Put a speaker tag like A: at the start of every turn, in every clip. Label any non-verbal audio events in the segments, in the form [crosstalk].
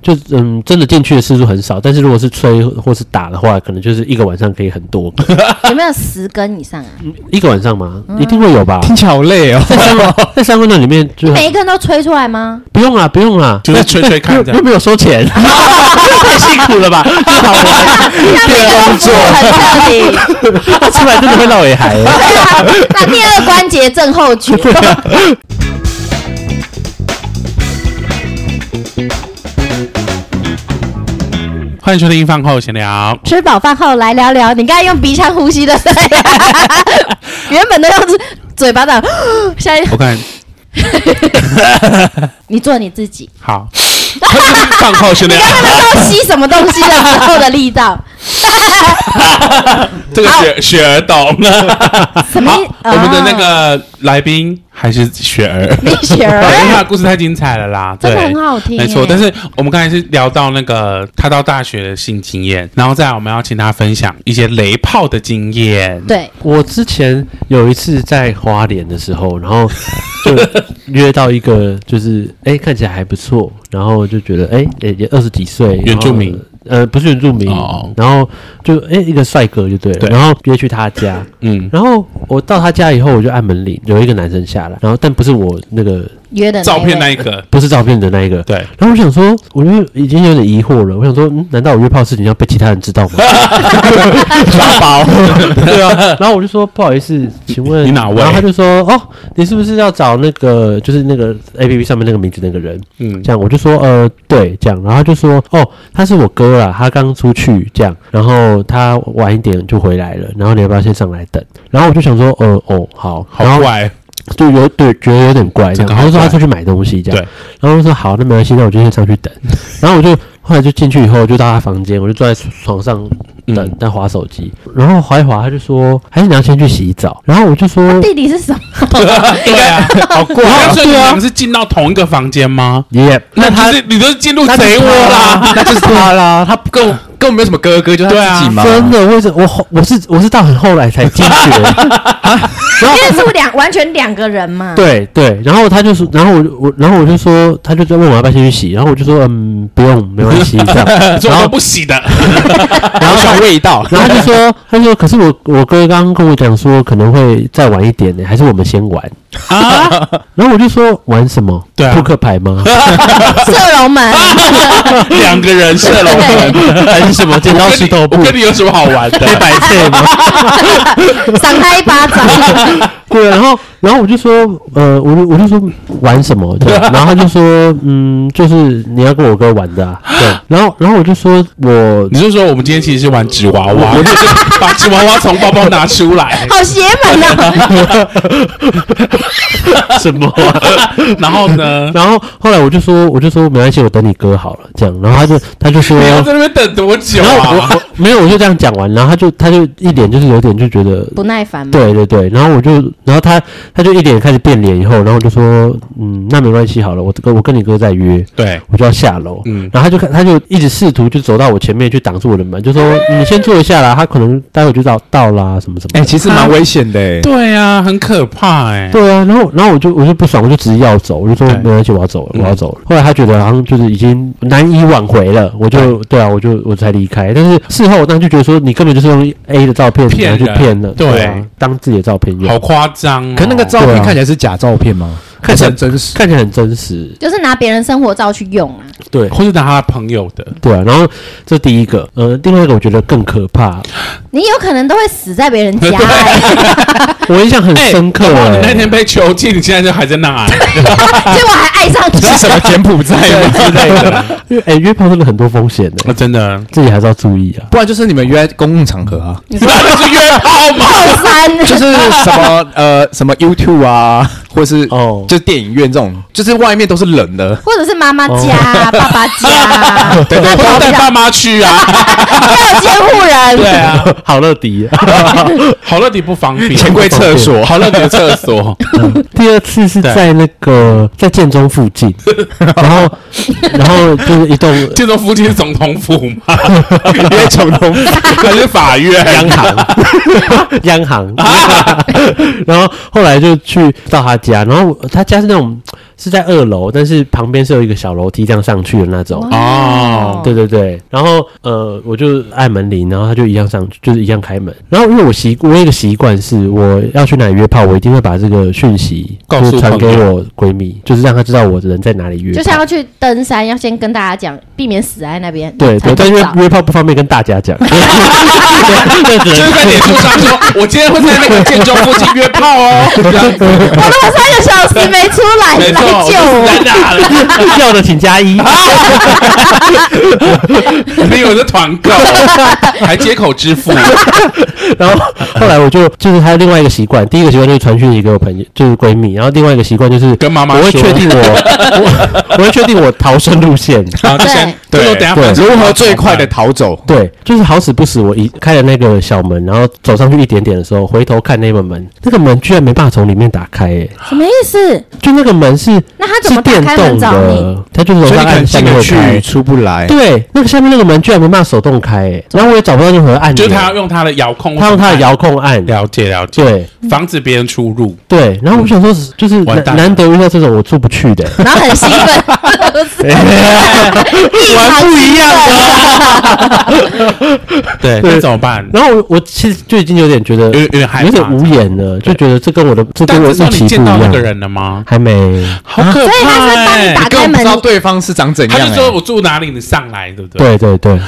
A: 就嗯，真的进去的次数很少，但是如果是吹或是打的话，可能就是一个晚上可以很多个，
B: 有没有十根以上啊？
A: 一个晚上嘛，一定会有吧？
C: 听起来好累哦，
A: 在三温在三温暖里面就
B: 每一根都吹出来
C: [laughs]
B: 吗？
A: 不用啦，啊不用啦，
C: 就是吹吹看
A: 又
C: 这
A: 又
C: 样。
A: 没有收
C: [laughs]
A: 钱，太辛苦了吧？这好玩，
B: 那第二功夫很彻底，
A: 他出来真的会落尾海。
B: 对啊，那第二关节症候群。
C: 欢迎收听饭后闲聊，
B: 吃饱饭后来聊聊，你刚才用鼻腔呼吸的，原本都用嘴巴的， [laughs] 现在
C: 我看
B: 你做你自己。
A: [laughs]
C: 好，饭后闲聊
B: 你，刚刚那时候吸什么东西的时候的力道？
C: 这个雪雪儿
A: [laughs]
C: 懂。
B: 什么意？啊
C: 我们的那个来宾还是雪儿，
B: 蜜雪儿
C: 对因 [laughs] 为她的故事太精彩了啦，
B: 啊真的
C: 对
B: 很好听欸
C: 没错
B: 耶。
C: 但是我们刚才是聊到那个她到大学的性经验，然后再来我们要请她分享一些雷炮的经验。
B: 对，
A: 我之前有一次在花莲的时候，然后就约到一个，就是哎、看起来还不错，然后就觉得哎、也也二十几岁，
C: 原住民
A: 然后，呃不是原住民，
C: 哦
A: 然后就哎、一个帅哥就对了，
C: 对
A: 然后约去他家，
C: 嗯，
A: 然后我到他家以后我就按门铃，有一个男生下来，然后但不是我那个
B: 约的
C: 照片那
B: 一
C: 一个，
A: 不是照片的那一个，
C: 对，
A: 然后我想说，我就已经有点疑惑了。我想说，嗯，难道我约炮的事情要被其他人知道
C: [laughs]
A: 吗？
C: 抓包，
A: 对啊。然后我就说，不好意思，请问
C: 你哪位
A: 然后他就说，哦，你是不是要找那个，就是那个 A P P 上面那个名字那个人？
C: [laughs] 嗯
A: 这，样我就说，呃，对，这样。然后他就说，哦，他是我哥啦，他刚出去这样，然后他晚一点就回来了，然后你要不要先上来等？然后我就想说，呃，哦，好，然
C: 好
A: 后
C: 怪，
A: 就有对觉得有点怪这
C: 这个
A: 样，
C: 好
A: 他就说
C: 怪
A: 他出去买东西这样，
C: 对
A: 然后我就说好，那没关系，那我就先上去等，
C: [laughs]
A: 然后我就后来就进去以后就到他房间，我就坐在床上等，
C: 嗯
A: 在划手机，然后划一划，他就说还是你要先去洗澡，然后我就
C: 啊
A: 说
B: 弟弟是
C: [laughs]
B: 什么？
C: [laughs] 对啊，好怪。
A: 啊
C: 所以你
A: 对啊
C: 们是进到同一个房间吗？
A: 耶，
C: 那他你都是进入
A: 那就是
C: 贼窝
A: 他
C: 啦，
D: 那就是他啦，他啊更啊 [clears throat] 根本没有什么哥哥，就是他自己嘛。
A: 真的，为什我后我是我是到很后来才惊觉，
C: [laughs]
A: 然后
B: 因为是两完全两个人嘛。
A: 对对，然后他就说，然后我就我然后我就说，他就在问我要不要先去洗，然后我就说嗯不用，没关系这样，然
C: 说我
A: 后
C: 都不洗的，
D: 然后像味
A: [laughs]
D: 道，
A: 然后他就说，他就说，可是我我哥刚刚跟我讲说可能会再晚一点呢，还是我们先玩啊？ [laughs] 然后我就说玩什么？
C: 对啊
A: 扑克牌
C: [laughs]
A: 吗？
B: [laughs] 射龙门，
C: [laughs] 两个人射龙
D: [laughs]
C: 门，
A: 还是什么剪刀石头布
C: 我？跟你有什么好 [laughs] 玩的？
A: 黑白配吗？
B: 赏他一巴掌。
A: [laughs] 对，然后然后我就说，呃，我就我就说玩什么？
C: [laughs]
A: 对，然后他就说，嗯，就是你要跟我哥玩的、
C: [gasps]
A: 啊。对，然后然后我就说我
C: 你就说我们今天其实是玩纸娃娃，把纸娃娃从包包拿出 [laughs] 来，
B: 好邪门啊！
A: 什么、
C: 然后呢，
A: 然后后来我就说，我就说没关系，我等你哥好了，这样。然后他就他就说
C: 你要在那边等多久
A: 然后
C: 啊
A: 我？我没有，我就这样讲完，然后他就他就一脸就是有点就觉得，
B: [laughs] 不耐
C: 嗯
B: 烦嘛。
A: 对对对，然后我就然后他他就一脸开始变脸以后，然后我就说，嗯，那没关系好了，我跟我跟你哥再约，
C: 对，
A: 我就要下楼，
C: 嗯
A: 然后他就看他就一直试图就走到我前面去挡住我的门，就说你先坐一下啦，他可能待会就到到啦什么什么的。
D: 哎，其实蛮危险的欸。
C: 对啊，很可怕哎。
A: 对啊，然后然后我就我就不爽，我就直接要走，我就说
C: 对
A: 没关系，我要走了，
C: 嗯
A: 我要走了。后来他觉得好像就是已经难以挽回了，我就对啊，我就我才离开。但是事后我当时就觉得说，你根本就是用 A 的照片
C: 骗
A: 拿去
C: 人
A: 骗了，
C: 对
A: 啊，当自己的照片用
C: 好，夸张哦！
D: 可那个照
A: 对
D: 片
A: 啊
D: 看起来是假照片吗？
A: 看起来
D: 还是很真实。
A: 看起来很真实，
B: 就是拿别人生活照去用啊，
A: 对
C: 或是拿他朋友的，
A: 对啊。然后这第一个，呃，另外一个我觉得更可怕，
C: [laughs]
B: 你有可能都会死在别人家、欸，
A: 我印象很
C: 哎
A: 深刻、
C: 哇！你那
A: 欸。 [laughs]
C: 天被囚禁，你现在就还在 [laughs] 那啊里，
B: 结果还爱上你。
D: 是什么柬埔寨 [laughs] 吗？
C: 之类的。
A: 因为哎，约炮真的很多风险的、
C: 啊真的，
A: 自己还是要注意啊。
D: 不然就是你们约在公共场合啊，
C: 那就是约炮嘛。
B: 后山
D: [laughs] 就是什么呃什么 YouTube 啊，或是
A: 哦
D: 就是电影院这种，就是外面都是人的，
B: 或者是妈妈家、爸爸家，
C: 哦 [laughs] 对，
B: 那
C: 或
B: 都
C: 者
B: 比
C: 带
B: 较
C: 爸妈去啊。
B: 没有
C: [laughs]
B: 监护人。
C: 对啊，
A: [laughs] 好乐迪、
C: [laughs] 好乐迪不方便，
D: 钱柜厕所，
C: 好乐迪的厕所，
A: 第二次是在那个在建中附近，然后然后就是
C: [laughs]
A: 一栋
C: 建中附近是总统府吗？
D: 约总统
C: 还是法院？
A: 央行， [laughs] 央
C: [laughs] 啊
A: [laughs] 行，然后后来就去到他家，然后他家是那种是在二楼，但是旁边是有一个小楼梯这样上去的那种。
C: 哦
A: 对对对，然后呃，我就按门铃，然后他就一样上去，就是一样开门。然后因为我习，我有一个习惯是，我要去哪里约炮，我一定会把这个讯息
C: 告
A: 就是
C: 诉
A: 传
C: 朋
A: 给
C: 友
A: 我闺蜜，就是让她知道我人在哪里约炮。
B: 就像要去登山，要先跟大家讲，避免死在那边。
A: 对
B: 才
A: 对，但
B: 能
A: 因
B: 找
A: 为约炮不方便跟大家讲，对这只能
C: 就是在脸书上说，我今天会在那个建中附近约炮哦。这样子
B: 我如果三个小时没出来，
C: 没
B: 来
C: 错，我
B: 救
C: 就是在
B: 我。
C: 那
A: [laughs]
C: 了。
A: 要的请加一。
C: 没有的团购，还接口支付，
A: 然后后来我就就是还有另外一个习惯，第一个习惯就是传讯息给我朋友，就是闺蜜，然后另外一个习惯就是
C: 跟妈妈
A: 我会
C: 说
A: 确定我 [laughs] 我我会确定我逃生路线。
C: 然后就先
D: [laughs] 对
C: 就说等一下
A: 对
D: 如何最快的逃走？
A: 对，就是好死不死，我一开了那个小门，然后走上去一点点的时候，回头看那个门，那个门居然没办法从里面打开、耶
B: 什么意思？
A: 就那个门是
B: 那他怎么
A: 是电
B: 打开
A: 动
B: 门找
A: 的
B: 你，
A: 它就是楼
D: 所以
A: 上
D: 你可
A: 按
D: 能
A: 下
D: 进
A: 面
D: 得
A: 会
D: 去，
A: 开。
D: 出不来。
A: 对，那个下面那个门居然没办法手动开、耶然后我也找不到任何按
C: 就
A: 钮，
C: 是他要用他的遥控，
A: 他啊用他的遥嗯控按，
C: 了解了解，
A: 对
C: 防止别人出入。
A: 对，然后我想说，就是
C: 完
A: 难
C: 蛋了
A: 难得遇到这种我出不去
C: [laughs]
A: 的、
B: 然后很兴
A: [laughs]
B: 奋，
A: 玩不一样
C: 啊
A: 的。
C: 对，那怎么办？
A: 然后我我其实就已经有点觉得
C: 有有点害怕
A: 有点无言了，就觉得这跟我的这
C: 但
A: 跟我预
C: 这时候你
A: 期不
C: 见
A: 一
C: 到那
A: 样
C: 个。人了吗？
A: 还没，
C: 好可
B: 所以他
C: 怕
B: 是帮
C: 欸
B: 你！打
D: 根
B: 开
D: 本不
B: 门
D: 知道对方是长怎样、
C: 他就
D: 欸
A: 哎
C: 说我住哪里，你上来，对不对？
A: 对对对。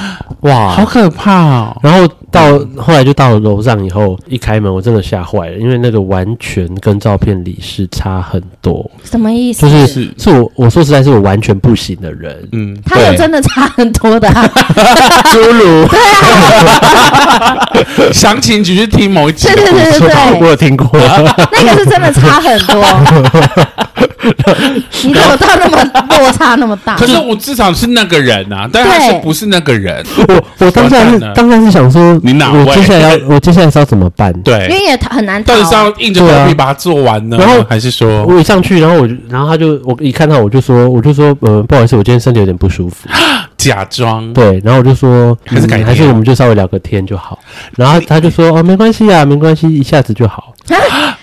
D: 哇，
C: 好可怕哦！
A: 然后到后来就到楼上以后，一开门我真的吓坏了，因为那个完全跟照片里是差很多，
B: 什么意思？
A: 就是
C: 是
A: 是我我说实在是我完全不行的
C: [laughs]
A: 人，
C: 嗯，
B: 他有真的差很多的啊、
A: [laughs] 侏儒，
C: 详情只是听某一集
B: 对。对对对
A: 我
B: 对，
A: 有听过，
B: 那个是真的差很多。
A: [laughs]
B: 你怎么到那么落差那么大？
C: 可是我至少是那个人啊，但他是
B: 对
C: 不是那个人？
A: 我我当下是
C: 完蛋了
A: 当下是想说，
C: 你哪
A: 我
C: 位
A: 接下来要我接下来是要怎么办？
B: 因
C: 对，
B: 为也很难逃
C: 到
B: 啊、
C: 底是要硬着头皮把它做完呢，
A: 对啊然后
C: 还是说
A: 我一上去，然后我就，然后他就，我一看到我就说，我就说，呃，不好意思，我今天身体有点不舒服。
C: 假装？
A: 对，然后我就说，
C: 嗯
A: 嗯
C: 还是改天啊
A: 还是我们就稍微聊个天就好。然后他就说，哦，没关系啊，没关系，一下子就好。
B: 啊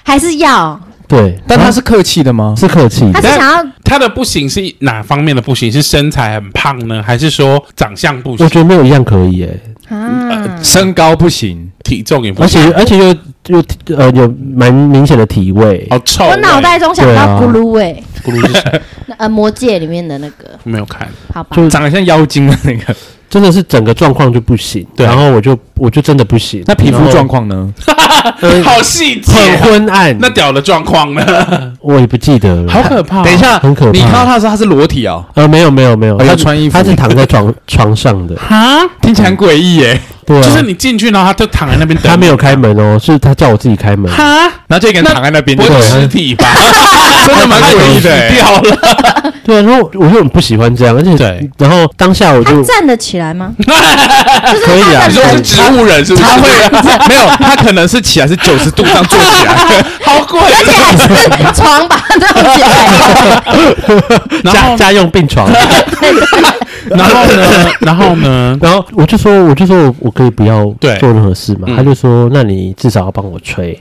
B: 还是要？
A: 对，
D: 但他
A: 然
D: 是客气的吗
A: 后？是客气，
B: 他是想要
C: 他的不行是哪方面的不行？是身材很胖呢，还是说长相不
A: 我
C: 行？
A: 觉得没有一样可以耶，
B: 啊？
D: 身高不行，
C: 体重也不
A: 而
C: 行？
A: 且而且又又呃有蛮明显的体味。
C: 好臭欸！
B: 我脑袋中想
A: 对
B: 到
A: 啊
B: 咕噜味，
C: 咕噜是谁？
B: 那呃，魔戒里面的那个，
C: 没有看，
B: 好吧？
A: 就
D: 长得像妖精的那个。
A: [laughs] 真的是整个状况就不行，
C: 对
A: 然后我就我就真的不行。
D: 那皮肤
A: 然后
D: 状况呢？
C: 好细节
A: 很
C: 啊。
A: 昏暗，
C: 那屌的状况呢？
A: 我也不记得了。
C: 好可怕！
D: 等一，下，
A: 啊很可怕
D: 你看到他的时候他是裸体哦，
A: 呃，没有没有没有，
D: 哦要
A: 他是
D: 穿衣服
A: 他是躺在床床上的，
C: 哈，
D: 听起来很诡异耶。
A: 对啊，
C: 就是你进去，然后他就躺在那边等。
A: 他没有开门哦，是他叫我自己开门。
C: 哈，
D: 然后就一个人躺在那边，
C: 不
A: 对
C: 是
A: 他
C: 尸体吧？
D: [laughs] 真的蛮诡异的
C: 死
D: 欸。
C: [laughs]
D: [laughs]
C: 掉了。
A: 对啊，然后我就很不喜欢这样，而且
C: 对，
A: 然后当下我 [laughs]
B: 他
A: 就
B: 站得起来吗？就是
A: 可以啊
B: 他
C: 你
B: 的
C: 说是
B: 人
C: 植物人是不是？
D: 他会啊没有，他可能是起来是九十度这样坐起 [laughs] 来，
C: 好贵，
B: 而且还是床把它弄起来，
C: 然
A: 家
C: 后
A: 家用病
C: [laughs]
A: 床，
C: 然后呢？然后 [laughs] 呢？
A: 然后我就说，我就说我我可以不要
C: 对
A: 做任何事嘛
C: 嗯，
A: 他就说，那你至少要帮我吹。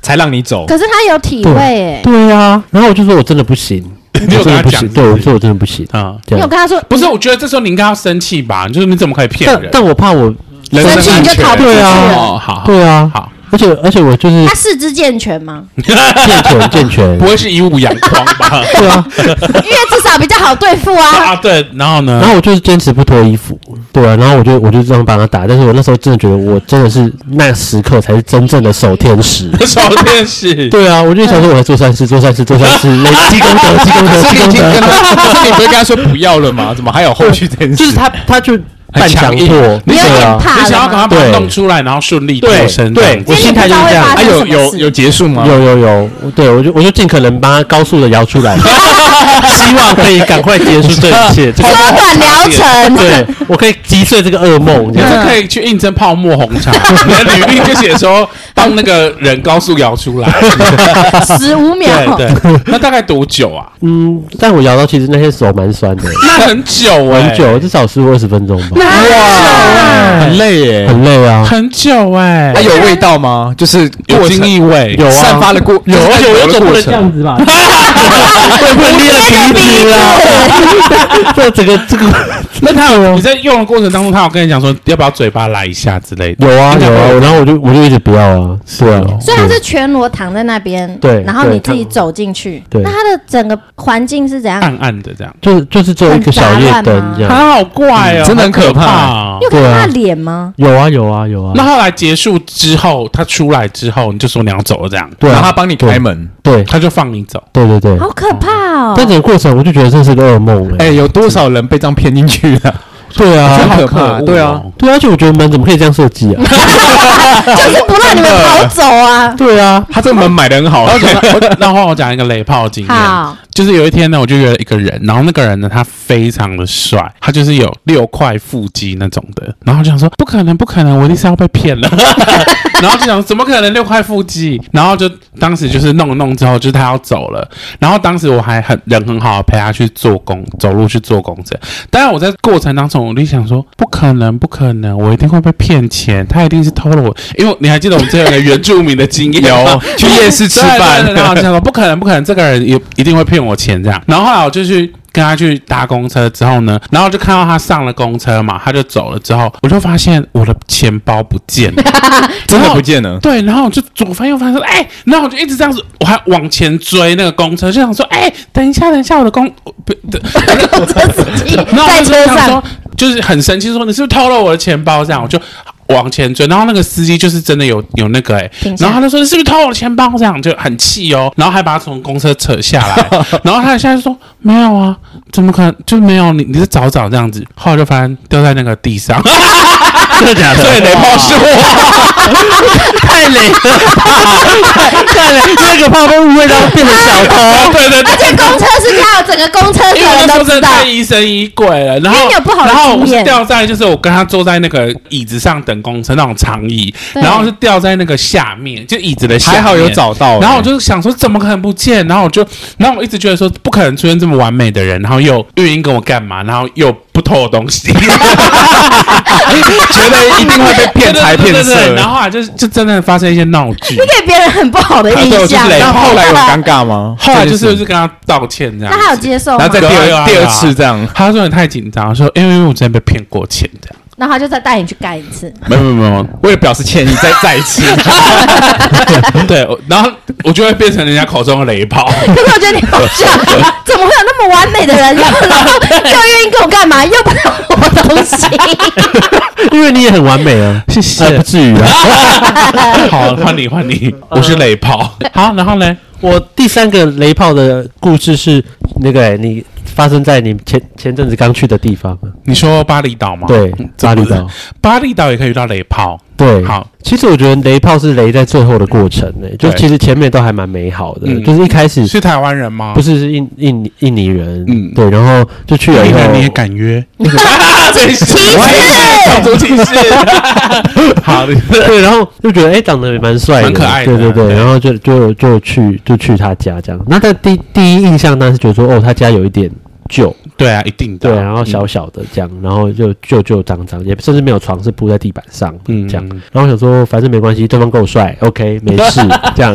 D: 才让你走。
B: 可是他有体味哎。
A: 对啊，然后我就说我真的不行，
C: [laughs] 你有
A: 我真的
C: 跟他
A: 不
C: 讲
A: 行，对我说我真的不行，
C: 啊，
A: 这
B: 你有
A: 样。
B: 跟他说
C: 不是，我觉得这时候你应该要生气吧？就是你怎么可以骗
A: 但
C: 人？
A: 但我怕我，
D: 人
B: 生气
D: 身安
B: 你就
D: 全
B: 逃不出去
A: 对啊
B: 了？
C: 哦，好，好
A: 对啊，
C: 好，
A: 而且而且我就是
B: 他四肢健全吗？ [laughs]
A: 健全健
C: 不
A: 全，
C: 会是以武扬匡吧？
A: 对啊，
B: 因为至少比较好对付啊。
C: 啊，对，然后呢 [laughs]
A: 然？后我就是坚持不脱衣服，对啊，然后我就我就这样帮他打，但是我那时候真的觉得我真的是那时刻才是真正的守天使。
C: 手电视，
A: 对啊，我就想说我在做善事，做善事，做善事，累积功德，积功德，积
D: 已
A: 功
D: 经跟
A: 德。
D: [laughs] 他，可是你不是跟他说不要了吗？怎么还有后续这件事？
A: 就是他，他就半强
D: 很强硬
A: 迫，
B: 你有
A: 对
B: 点
A: 啊，
B: 怕
C: 你想要
B: 了
C: 赶快
B: 吗？
C: 把它
A: 对
C: 弄出来，然后顺利脱
A: 对
C: 身。
A: 对
C: 这
A: 我
C: 样
B: 今
A: 心
B: 天
A: 态
B: 不
A: 就
B: 知道
A: 是
B: 会
A: 这样
B: 发
D: 啊，
B: 生
D: 有
B: 什么
D: 有
B: 事
D: 有结束吗？
A: 有有有，对我就我就尽可能把它高速的摇出来，希望可以赶快结束这一切。这个
B: 缩短疗程，
A: 对我可以击碎这个噩梦，这
C: 你
A: 样
C: [laughs] 就可以去应征泡沫红茶，你的履历就写说帮那个人高速摇出来。
B: 十五秒，
C: 对对，那大概多久啊？
A: 嗯，但我摇到其实那些手蛮酸的，
C: 那很久哎、
A: 很久，欸至少十五二十分钟吧，
D: 哇，很累耶。
A: 很累啊。
C: 很久哎、
D: 它有味道吗？就是
C: 有
D: 过
C: 精
D: 程
C: 力味，
A: 有啊
D: 散发的过有啊有的过程。
A: 子吧？
B: [laughs]
A: 会不会捏了鼻子
B: 啊
A: 啦？这整个这个，啊那他有
C: 你在用的过程当中，他有跟你讲说要不要嘴巴来一下之类的，
A: 有啊有啊，然后我就我就一直不要啊，是啊，
B: 所以他是全裸躺在那边，
A: 对
B: 然后
A: 对
B: 你自己走进去，
A: 对啊
B: 那他的整个环境是怎样？
C: 暗暗的这样，
A: 就就是只有一个小夜灯这样。
C: 他好怪哦，
D: 嗯真的很
C: 好可
D: 可怕
C: 哦
B: 你有看到
A: 对啊
B: 他的脸吗？
A: 有啊有啊有啊，
C: 那后来结束之后，他出来之后，你就说你要走了，这样，
A: 对
D: 然后
A: 啊
D: 他，帮你开门，
A: 对
C: 他就放你走。
A: 对对对，
B: 好可怕哦！
A: 但整个过程我就觉得这是个噩梦哎
D: 哎，。有多少人被这样骗进去的？
A: 对
D: 真
A: 啊
D: 的，
C: 好
D: 可
C: 恶
D: 怕
C: 哦
D: 对啊，
A: 对啊，而且我觉得门怎么可以这样设计啊？
B: 就是不让你们逃走啊！
A: 对啊，
D: 他这个门买的很好，
C: 然后我然后我讲一个雷炮经验，
B: 好，
C: 就是有一天呢，我就约了一个人，然后那个人呢，他非常的帅，他就是有六块腹肌那种的，然后我就想说不可能，不可能，我一定是要被骗了，然后就想怎么可能六块腹肌，然后就当时就是弄一弄之后，就是他要走了，然后当时我还很人很好，陪他去做工，走路去做工这，当然我在过程当中，我就想说不可能，不可能，我一定会被骗钱，他一定是偷了我，因为你还记得我们之前有个原住民的经验吗
D: 有去夜市吃饭
C: 对对对，然后我就想说不可能，不可能，这个人也一定会骗我钱这样。然后后来我就去。跟他去搭公车之后呢，然后就看到他上了公车嘛，他就走了之后，我就发现我的钱包不见了，
D: 真的不见了。
C: 对，然后我就左翻右翻说，哎、然后我就一直这样子，我还往前追那个公车，就想说，哎、等一下，等一下，我的公我不对，
B: [laughs]
C: 然后我
B: 在车
C: 就想
B: 上
C: 说，就是很生气，说你是不是偷了我的钱包？这样我就往前追，然后那个司机就是真的有有那个哎、
B: 停下
C: 然后他就说你是不是偷我的钱包？这样就很气哦，然后还把他从公车扯下来，
B: [laughs]
C: 然后他现在就说没有啊，怎么可能就没有你？你是找找这样子，后来就发现掉在那个地
B: [laughs]
C: 上，
A: 真的假的？
C: 对，雷炮是我。
B: 啊
A: 太累了，太累，那个怕被误会到变成小
C: [laughs]
A: 偷。
C: 对对对，
B: 而且公车是他，整个公车所
C: [laughs] 因
B: 有
C: 为
B: 人
C: 那
B: 都
C: 时候
B: 知
C: 真的
B: 道。
C: 太疑神疑鬼了，然
B: 因为
C: 后
B: 你有不好的
C: 然后我
B: 经
C: 是
B: 验
C: 掉在就是我跟他坐在那个椅子上等公车那种长椅，
B: 对
C: 然后是掉在那个下面，就椅子的下面
D: 还好有。找到，
C: 然后我就想说，怎么可能不见？然后我就，然后我一直觉得说，不可能出现这么完美的人，然后又又应跟我干嘛？然后又不偷我东西，
D: 觉得一定会被 [laughs] 骗财骗
C: 哎对对对对
D: 色
C: 对。然后啊，就就真的发生一些闹剧。
B: 给别人很不好的
D: 啊对，
B: 印
D: 我就
B: 象
D: 是。雷炮。后来有尴尬吗？
C: 后来就是
D: 这
C: 就
D: 件事
C: 是跟他道歉这样
B: [laughs] 那。他有接受吗
D: 然后？再第
C: 有啊有啊
D: 二第
C: 有
D: 二
C: 啊
D: 次这样，
C: 他说你太紧张，说因为因为我之前被骗过钱这样。
B: 然后他就再带你去干一次。
C: 没有没有没有，
D: 为了表示歉意，再再
C: [laughs]
D: 一次。
C: 对，我然后我就会变成人家口中的雷
A: [laughs]
C: 炮。
B: 可是我觉得你好笑，
D: [laughs]
B: 怎么会有那么完美的人，然后又愿意跟我干嘛，又不偷我东
D: [laughs]
B: 西？
A: 因为你也很完美啊，
C: 谢
A: 呃不至于啊。
C: [laughs] 好，换你换你，
A: 嗯
C: 我是雷炮。好，然后呢？
A: 我第三个雷炮的故事是那个、欸、你发生在你前前阵子刚去的地方，啊
C: 你说巴厘岛吗？
A: 对
C: 嗯，
A: 巴厘，岛，
C: 巴厘岛也可以遇到雷炮。
A: 对，
C: 好，
A: 其实我觉得雷炮是雷在最后的过程呢、就
C: 对
A: 其实前面都还蛮美好的，
C: 嗯
A: 就是一开始
C: 是台湾人吗？
A: 不
C: 是，
A: 是是印印印尼人，
C: 嗯
A: 对，然后就去了以
C: 你
A: 后，
C: 你也敢约？真是
B: 歧视
C: 我也是种族
D: [laughs]
C: 歧视。好，
A: 对，然后就觉得哎、诶长得也蛮帅的，
C: 蛮可爱的
A: 对对对，
C: 对
A: 然后就就就去就去他家这样。那他第第一印象当时觉得说，哦，他家有一点旧，
C: 对啊，一定的。
A: 对，然后小小的这样，然后就旧旧脏脏，也甚至没有床，是铺在地板上的
C: 嗯
A: 这样。然后想说，反正没关系，对方够帅，OK，没 [laughs] 事，这样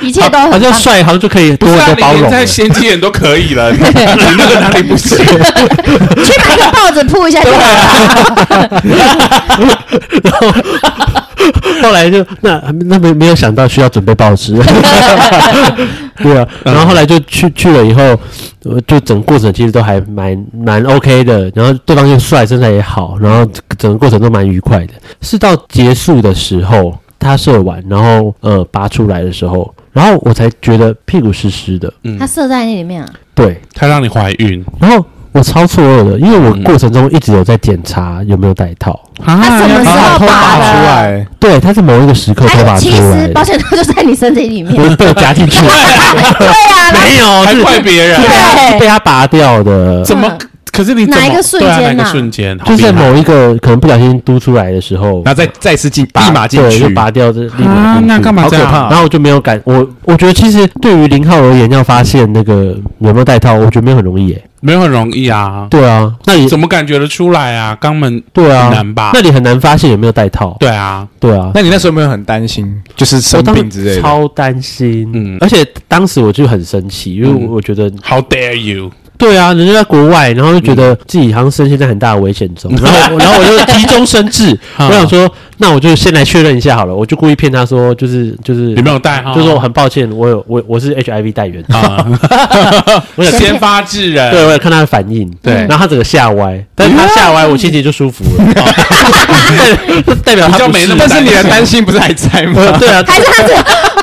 B: 一切都
A: 好
B: 很
A: 像
B: 棒。
A: 帅，好像就可以
C: 不
A: 多
C: 是
A: 很
C: 啊
A: 多包
C: 你
A: 容了
C: 连在。仙机眼都可
A: [laughs]
C: 以了，你你那个哪里不行？ [laughs]
B: 去买个报纸铺一下就好
D: 啊
B: 了。
A: 然后
B: [laughs]
A: 后来就那那没没有想到需要准备报纸，对啊，然后后来就去去了以后，呃就整个过程其实都还蛮蛮 OK 的，然后对方又帅，身材也好，然后整个过程都蛮愉快的。是到结束的时候，他射完，然后呃拔出来的时候，然后我才觉得屁股湿湿的，
C: 嗯
B: 他射在那里面啊，
A: 对，
C: 他让你怀孕
A: 然后我超错愕的，因为我
C: 嗯
A: 过程中一直有在检查有没有带套。
C: 啊
B: 他什么时
D: 把
B: 候
D: 头
B: 拔
D: 拔出
B: 的？
D: 来，
A: 对，他是某一个时刻才
B: 哎，
A: 拔出
B: 其
A: 来的。
B: 实保险套就在你身体
D: [laughs]
B: 里面。
A: 不是被我夹进去，
B: [laughs] 对啊，然后 [laughs]
A: 没有，
C: 还
A: 哦是
C: 怪别人
A: 是被？他
B: 对
A: 是被他拔掉的。
C: 怎么可是你怎
B: 嗯
C: 么
B: 哪一个瞬间啊
C: 对啊哪一个瞬间？好
A: 就
C: 厉
A: 在
C: 害
A: 某一个可能不小心嘟出来的时候，
D: 然后再再次进
A: 拔
D: 立马进
A: 对
D: 去
A: 就，拔掉这立马
C: 啊，
A: 进去
C: 那干嘛
D: 好
C: 这
D: 可
C: 样？
D: 怕
A: 然后我就没有感，我我觉得其实对于零号而言，要发现那个有没有带套，我觉得没有很容易耶。
C: 没有很容易啊，
A: 对啊，那你
C: 怎么感觉得出来啊？肛门
A: 对
C: 很
A: 啊，
C: 难吧
A: 那？你很难发现有没有带套。
C: 对啊，
A: 对啊，
D: 那你那时候有没有很担心，就是生
A: 我当
D: 病之类
A: 时
D: 的？
A: 超担心，
C: 嗯
A: 而且当时我就很生气，因为
C: 嗯
A: 我觉得
C: ，How dare you？
A: 对啊，人家在国外，然后就觉
C: 嗯
A: 得自己好像深陷在很大的危险
C: [laughs]
A: 中，然后我然后我就急中生智，
C: 嗯
A: 我想说，那我就先来确认一下好了，我就故意骗他说，就是就是
C: 你没有带哈？
A: 就说我很抱歉，我有我我是 HIV 带源，
C: 啊，
A: 我想
C: 先发制人，
A: [laughs] 对，我也看他的反应，
C: 对
A: 然后他整个吓歪，但是他吓歪，我心情就舒服了，代 [laughs] 代表他
C: 哦比较
A: 不
C: 没那么
D: 但
A: 是
D: 是你的担心不是还在
A: 呃
D: 吗？
A: [laughs] 对
C: [laughs]
A: 啊，
B: 还是他这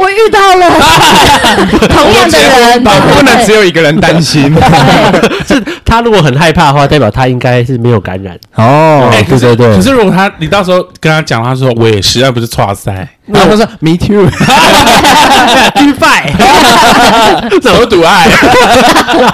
B: 我遇到了同样的人，
D: 啊不能只
B: 对
D: 有一个人担心
B: 对
A: 是他如果很害怕的话，代表他应该是没有感
C: [laughs]
A: 染，
D: [laughs]
A: [laughs]
D: 哦
C: [laughs] 哎，
A: 对
C: 可是
A: 对对
C: 可是如果他，你到时候跟他讲，他说我也是，那不是错啊塞，
D: [laughs] 然后他说 “me too”，
C: 啊
A: 失败，怎么
C: 阻碍？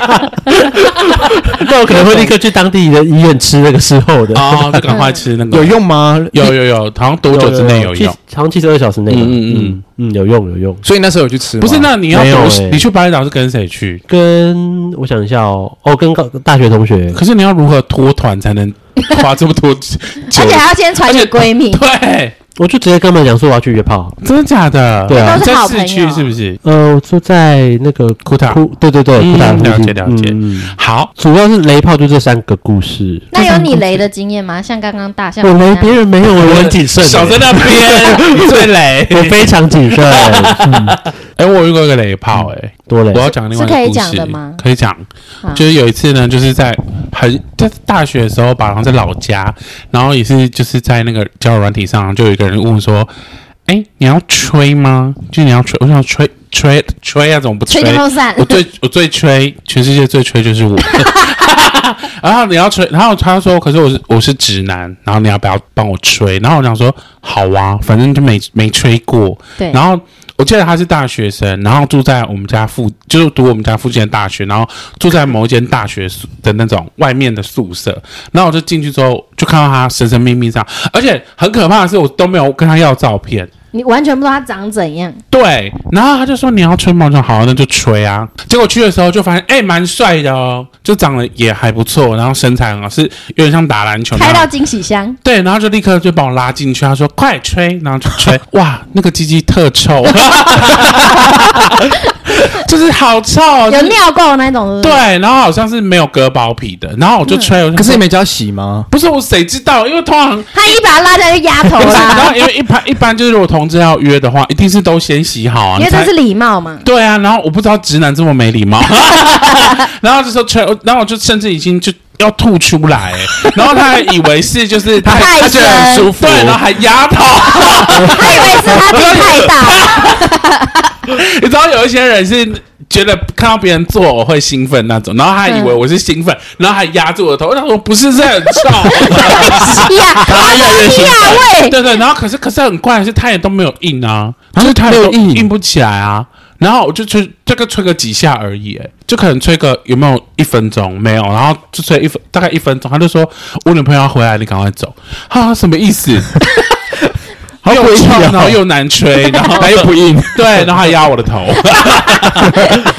A: [laughs] 那我可能会立刻去当地的医院吃那个事后的， [laughs]
C: 哦，就赶快吃那个
D: [laughs] 有。用吗？
C: 有有有，好像多久之内有
A: 七
C: 用？
A: 好像七十二小时内吧，
C: 嗯嗯
A: 嗯
C: 嗯
A: 嗯嗯，有用有用。
D: 所以那时候有去吃吗？
C: 不是，那你要
A: 没有
C: 多
A: 欸
C: 你去巴厘岛是跟谁去？
A: 跟我想一下哦，哦，跟高大学同学，
C: 可是你要如何脱团才能花这么多 [laughs] 久？
B: 而且还要先传给闺蜜，
C: 对，
A: 我就直接跟他们讲说我要去约炮，
C: 真的假的？
A: 对啊
B: 都是
C: 在
B: 好
C: 市
B: 朋
C: 区
B: 友
C: 是不是？
A: 呃，我住在那个
C: 库塔
A: 库，对对对，
C: 嗯
A: 库塔附近
C: 了解了解
A: 嗯嗯
C: 好，
A: 主要是雷炮就这三个故事，
B: [laughs] 那有你雷的经验吗？像刚刚大象
A: 我雷别人没有， [laughs] 我很谨慎，
C: 少在那 [laughs] 边，你最雷。
A: 我非常谨
C: [laughs]
A: 慎，
C: 哎，我遇过一个雷炮，哎，
A: 多
C: 我
A: 雷，
C: 要讲另外一
B: 是可
C: 个
B: 以
C: 故
B: 讲
C: 事
B: 的吗
C: 可以讲，
B: 好
C: 就是有一次呢，就是在很在大学的时候吧，然后在老家，然后也是就是在那个交友软体上，就有一个人问我说：“哎，你要吹吗？就是你要吹？”我想吹吹吹啊，怎么不
B: 吹电风扇
C: 我，最我最吹，全世界最吹就是我。 [laughs] 然后你要吹，然后他说：“可是我是我是直男，然后你要不要帮我吹？”然后我想说：“好啊，反正就没没吹过。”
B: 对，
C: 然后我记得他是大学生，然后住在我们家附，就是读我们家附近的大学，然后住在某一间大学宿的那种外面的宿舍。然后我就进去之后，就看到他神神秘秘这样，而且很可怕的是，我都没有跟他要照片。
B: 你完全不知道他长怎样，
C: 对，然后他就说你要吹毛我说好啊，那就吹啊。结果去的时候就发现，哎、蛮帅的哦，就长得也还不错，然后身材很好，是有点像打篮球那
B: 开
C: 样。
B: 到惊喜箱，
C: 对，然后就立刻就把我拉进去，他说快吹，然后就
B: [laughs]
C: 吹，哇，那个鸡鸡特臭，就是好臭，就
B: 有
C: 是
B: 尿垢那种，
C: 对，，然后好像是没有割包皮的，然后
B: 嗯
C: 我就吹，我就
D: 可是
C: 说
D: 你没教洗吗？
C: 不是我谁知道，因为通常。
B: 他一把他拉下去压
C: [laughs]
B: 头
C: 不是，然
B: 啦
C: 后，因为一般一般就是如果同志要约的话，一定是都先洗好啊，
B: 因为
C: 你才
B: 这是礼貌
C: [laughs]
B: 嘛，
C: 对啊，然后我不知道直男这么没礼 [laughs] 貌，然后就说吹，然后我就甚至已经就要吐出来，然后他还以为是就是他
B: 太
C: 他觉得很舒服，
D: 深
C: 对，然后还压头。
B: 他以为是他自己太大，
C: [laughs] 你知道有一些人是觉得看到别人做我会兴奋那种，然后他还以为我是兴奋， [laughs] 然后还压住我的头，我想说不是是很 [laughs] 臭，
B: 呀，啊他是亚
C: 对
B: 味，
C: 对，然后可是可是很怪的是他也都没有硬啊，就是他也
D: 没有
C: 都
D: 硬
C: 硬不起来啊。然后我就吹，这个吹个几下而已，哎就可能吹个有没有一分钟没有，然后就吹一分大概一分钟，他就说我女朋友要回来，你赶快走。他什么意思？ [laughs]
A: 啊
C: 又臭，然后又难 [laughs] 吹，然后
D: 他又不硬。
C: 啊对，然后还压我的头。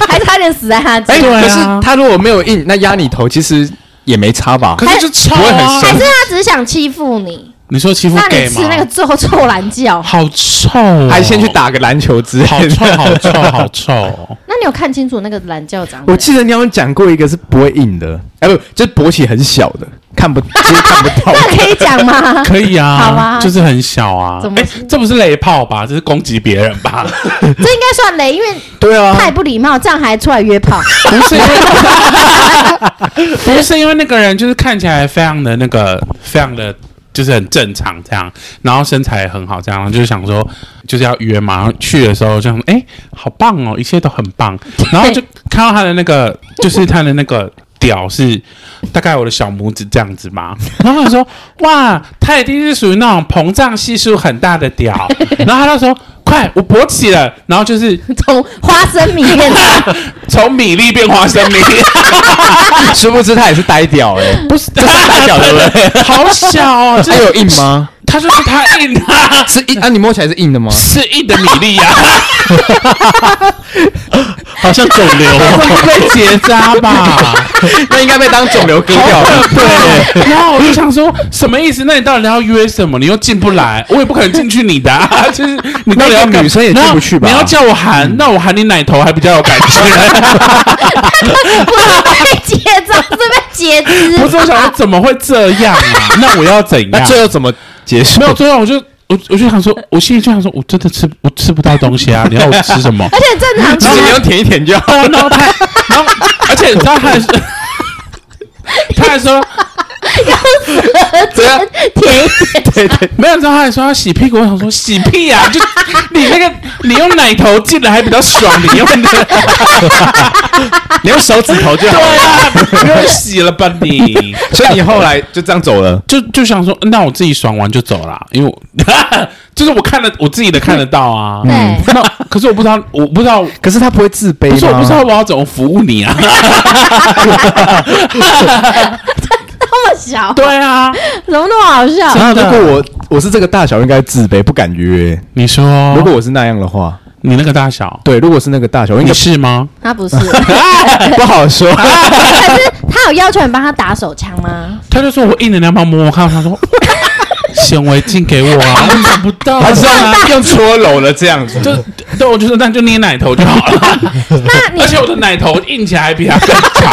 B: 还差点死在他
D: 哎，
B: 嘴，
D: 可
C: 对
D: 是
C: 啊
D: 他如果没有硬，那压你头其实也没差吧？
C: [laughs] 可是就臭、啊，
D: 不会很
B: 还
D: 深
B: 是他只是想欺负你，
C: 你说欺负
B: 让
C: gay
B: 你
C: 吗
B: 吃？那个臭臭懒觉？
C: 好臭、哦，
D: 还先去，打个篮球之
C: [laughs] 好
D: 类
C: 臭，
D: 的。
C: 好臭，好臭、哦！
B: 那你有看清楚那个懒觉长怎
D: [laughs] 我
B: 样？
D: 记得你好像讲过一个是不会硬的，哎不，就是勃起很小的，看不就是看不到。
B: [laughs] 那可以讲
C: [laughs]
B: 吗？
C: [laughs] 可以啊，
B: 好啊
C: 就是很小啊
B: 怎。么
C: 哎、这不是雷炮吧？这是攻击别人吧？
B: 这应该算雷，因为
D: 对啊，
B: 太不礼貌，这样还出来约炮。
C: 不是因为， [laughs] 不是因为那个人就是看起来非常的那个，非常的就是很正常这样，然后身材也很好这样，然后就是想说就是要约嘛，然后去的时候就想说，哎、好棒哦，一切都很棒，然后就看到他的那个，就是他的那个屌是大概我的小拇指这样子嘛。 [laughs] 然后他说：“哇，他一定是属于那种膨胀系数很大的屌。” [laughs] 然后他就说：“快，我勃起了。”然后就是 [laughs]
B: 从花生米 [laughs] 变成
C: 从米粒变花生米， [laughs]
D: [laughs] 殊不知他也是呆屌哎、不是呆屌对不
C: [laughs]
D: 对？
C: 好小哦。就
D: 还
C: 是
D: 有硬吗？
C: 他就是他硬啊，
D: 是硬啊？你摸起来是硬的 [laughs] 吗？
C: 是硬的米
D: [laughs]
C: 粒呀、
A: 好像肿瘤
C: [laughs] 啊，
A: 哦，
C: 会结扎吧？
D: [laughs] 那应该被当肿瘤割掉了。
C: 对，然后我就想说，什么意思？那你到底要约什么？你又进不来，我也不可能进去你的、
D: [laughs]
C: 啊，就是你到底要
D: 那个
C: 干
D: 女生也进不去吧嗯
C: 然后你要叫我喊，那我喊你奶头还比较有感
D: [laughs]
C: 觉。
B: 不是被截肢，是被截肢。
C: 不是，我想说怎么会这样啊？那我要怎样？
D: 那最后怎么结束
C: 没？有最后，我就我我就想说，我心里就想说，我真的吃我吃不到东西
D: [laughs]
C: 啊！你要我吃什么？
B: 而且正常
D: 其
B: 情
D: 实你
B: 况
D: 用舔一舔就好。
C: 然后他，然后而且你知道他
D: [laughs]
C: 还说，他还说。啊
B: 真甜一点，
D: [laughs]
C: 没有，你知道他还说要洗屁股，我想说洗屁呀、 [laughs] 就你那个你用奶头进来还比较爽，你用的
D: 你用手指头就好
C: 对。啊，不用洗了吧你？ [laughs]
D: 所以你后来就这样走了。
C: 就就想说，那我自己爽完就走啦，因为我 [laughs] 就是我看得我自己的看得到啊。
D: 嗯
B: 对
C: 那可是我不知道，我不知道，
D: 可是他不会自卑
C: 不是我不知道我要怎么服务
D: [laughs]
C: 你啊？
B: 那么小，
C: 对啊，
B: 怎么那么好
A: 啊
B: 笑？
D: 那
C: 真的
D: 啊如果我我是这个大小，应该自卑，不敢约。
C: 你说，
D: 如果我是那样的话，
C: 你那个大小，
D: 对，如果是那个大小，我应
C: 你
D: 该
C: 是吗？
B: 他不
C: [laughs]
B: 是，
D: 不好说。
B: 可是他有要求你帮他打手枪
C: [laughs]
B: 吗？
C: 他就说我硬的两把摸摸看，他说 [laughs] 显微镜给我啊，我找不到
D: [laughs] 他是
C: 啊。
D: 用用搓揉了这样
C: [laughs]
D: 子，
C: 就对，我就说那就捏奶头就好了，
B: [laughs]
C: [laughs]
B: 那你
C: 而且我的奶头硬起来还比他
B: [laughs]
C: 更长，